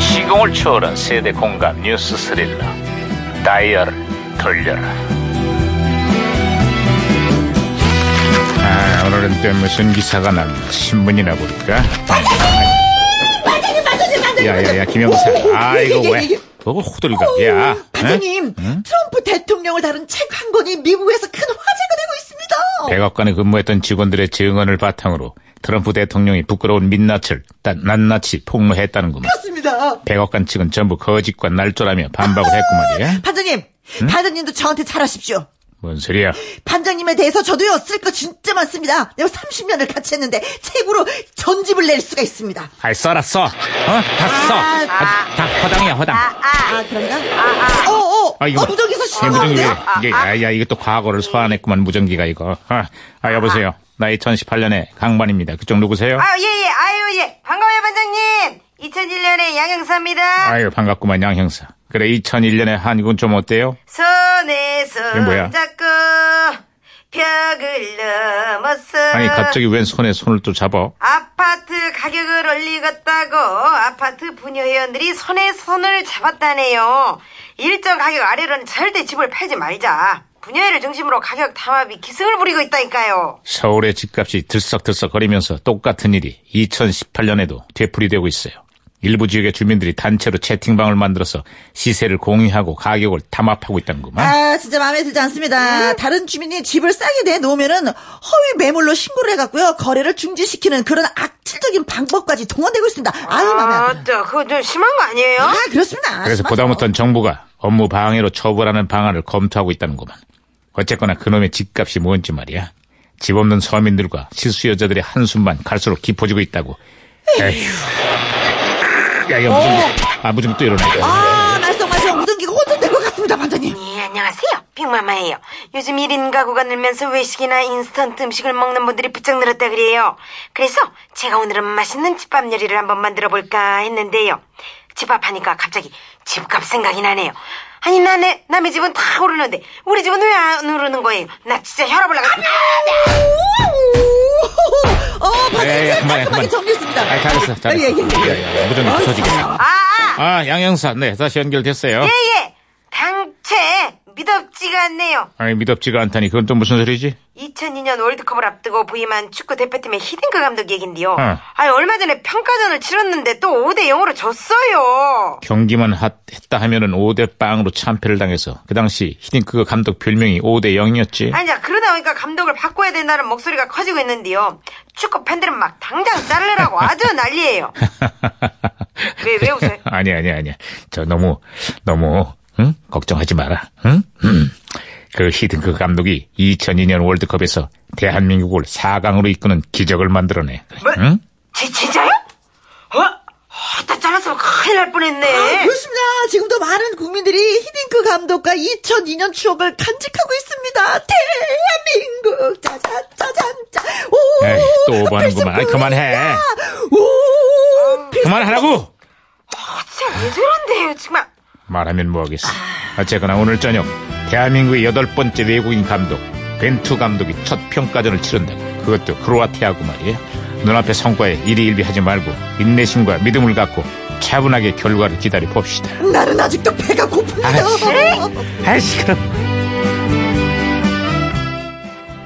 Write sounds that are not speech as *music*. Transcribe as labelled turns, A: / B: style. A: 시공을 초월한 세대 공감 뉴스 스릴러 다이얼을 돌려라 아, 오늘은 또 무슨 기사가 났나 신문이나 볼까
B: 반장님, 반장님,
A: 야야야 김영사
B: 오,
A: 아
B: 예,
A: 이거
B: 예,
A: 왜
B: 예, 예.
A: 그거 호들갑이야 응?
B: 반장님, 트럼프 대통령을 다룬 책 한 권이 미국에서 큰 화제가 되고 있습니다.
A: 백악관에 근무했던 직원들의 증언을 바탕으로 트럼프 대통령이 부끄러운 민낯을 따- 낱낱이 폭로했다는구만
B: 그렇습니다.
A: 백악관 측은 전부 거짓과 날조라며 반박을 했고 말이야
B: 반장님, 반장님도 저한테 잘하십시오.
A: 뭔 소리야
B: 반장님에 대해서 저도요, 쓸 거 진짜 많습니다. 내가 30년을 같이 했는데, 책으로 전집을 낼 수가 있습니다.
A: 아이 써라 써 어? 다써
B: 아,
A: 다 허당이야 허당
B: 아, 그런가? 어, 어,
A: 아, 이거
B: 어,
A: 봐.
B: 무전기에서 아,
A: 예,
B: 신호가
A: 무전기 왜?
B: 오는데요?
A: 이게 야야 이게 또 과거를 소환했구만 무전기가 이거. 아, 아 여보세요. 나 2018년에 강반입니다. 그쪽 누구세요?
C: 아유 예예 아유 예 반가워요 반장님 2001년의 양형사입니다
A: 아유 예. 반갑구만 양 형사. 그래 2001년에 한국은 좀 어때요?
C: 손에 손
A: 뭐야?
C: 잡고 벽을 넘어서
A: 아니 갑자기 웬 손에 손을 또 잡아?
C: 아파트 가격을 올리겠다고 아파트 부녀회원들이 손에 손을 잡았다네요 일정 가격 아래로는 절대 집을 팔지 말자 부녀회를 중심으로 가격 담합이 기승을 부리고 있다니까요
A: 서울의 집값이 들썩들썩 거리면서 똑같은 일이 2018년에도 되풀이되고 있어요. 일부 지역의 주민들이 단체로 채팅방을 만들어서 시세를 공유하고 가격을 담합하고 있다는구만.
B: 아, 진짜 마음에 들지
C: 네?
B: 않습니다. 다른 주민이 집을 싸게 내놓으면은 허위 매물로 신고를 해갖고요. 거래를 중지시키는 그런 악질적인 방법까지 동원되고 있습니다. 아유, 마음에 안 들어요.
C: 아또 그거 좀 심한 거 아니에요?
B: 아, 그렇습니다.
A: 그래서 보다못한 정부가 업무 방해로 처벌하는 방안을 검토하고 있다는구만. 어쨌거나 그놈의 집값이 뭔지 말이야. 집 없는 서민들과 실수 여자들의 한숨만 갈수록 깊어지고 있다고. 에휴. 야, 야, 무전기. 아, 무전기 또 이러네.
B: 아, 말썽말썽 무전기가 혼선된 것 같습니다, 반장님.
C: 예, 안녕하세요. 빅마마예요. 요즘 1인 가구가 늘면서 외식이나 인스턴트 음식을 먹는 분들이 부쩍 늘었다 그래요. 그래서 제가 오늘은 맛있는 집밥 요리를 한번 만들어 볼까 했는데요. 집밥 하니까 갑자기 집값 생각이 나네요. 아니, 나, 내, 남의 집은 다 오르는데, 우리 집은 왜 안 오르는 거예요? 나 진짜 혈압 올라가.
A: 예,
B: 오, 어,
A: 야, 야,
B: 반장님,
A: 그만해,
B: 깔끔하게
A: 그만해.
B: 정리했습니다.
A: 아, 잘했어, 잘했어.
B: 예, 예, 예.
A: 야, 야, 야, 무전기 부서지게.
C: 아, 아!
A: 아, 양형사. 네, 다시 연결됐어요.
C: 예, 예! 당최 미덥지가 않네요.
A: 아니, 미덥지가 않다니. 그건 또 무슨 소리지?
C: 2002년 월드컵을 앞두고 부임한 축구 대표팀의 히딩크 감독 얘긴데요.
A: 응.
C: 아니 얼마 전에 평가전을 치렀는데 또 5대 0으로 졌어요.
A: 경기만 하- 했다 하면은 5대 빵으로 참패를 당해서 그 당시 히딩크 감독 별명이 5대 0이었지.
C: 아니 자 그러다 보니까 감독을 바꿔야 된다는 목소리가 커지고 있는데요. 축구 팬들은 막 당장 자르라고 아주 난리예요. 왜, 왜 웃어요?
A: *laughs* 아니, 아니, 아니. 저 너무, 너무, 응? 걱정하지 마라. 응? 음. 그 히든크 감독이 2002년 월드컵에서 대한민국을 4강으로 이끄는 기적을 만들어내.
C: 뭐?
A: 응?
C: 지, 진짜요? 어? 어, 나 잘랐으면 큰일 날
B: 아,
C: 뻔했네.
B: 그렇습니다. 지금도 많은 국민들이 히딩크 감독과 2002년 추억을 간직하고 있습니다. 대한민국 짜잔 짜잔 짜. 오.
A: 에이, 또 오버하는구만. 아이, 그만해.
B: 필승골이야. 오. 필승-
A: 그만하라고!
C: 아, 진짜 왜 저런데요 정말.
A: 말하면 뭐하겠어. 어쨌거나 오늘 저녁 대한민국의 여덟 번째 외국인 감독 벤투 감독이 첫 평가전을 치른다고. 그것도 크로아티아하고 말이에요. 눈앞의 성과에 일희일비하지 말고 인내심과 믿음을 갖고 차분하게 결과를 기다려 봅시다.
B: 나는 아직도 배가 고픕니다.
A: 아이씨. 아이씨 그럼.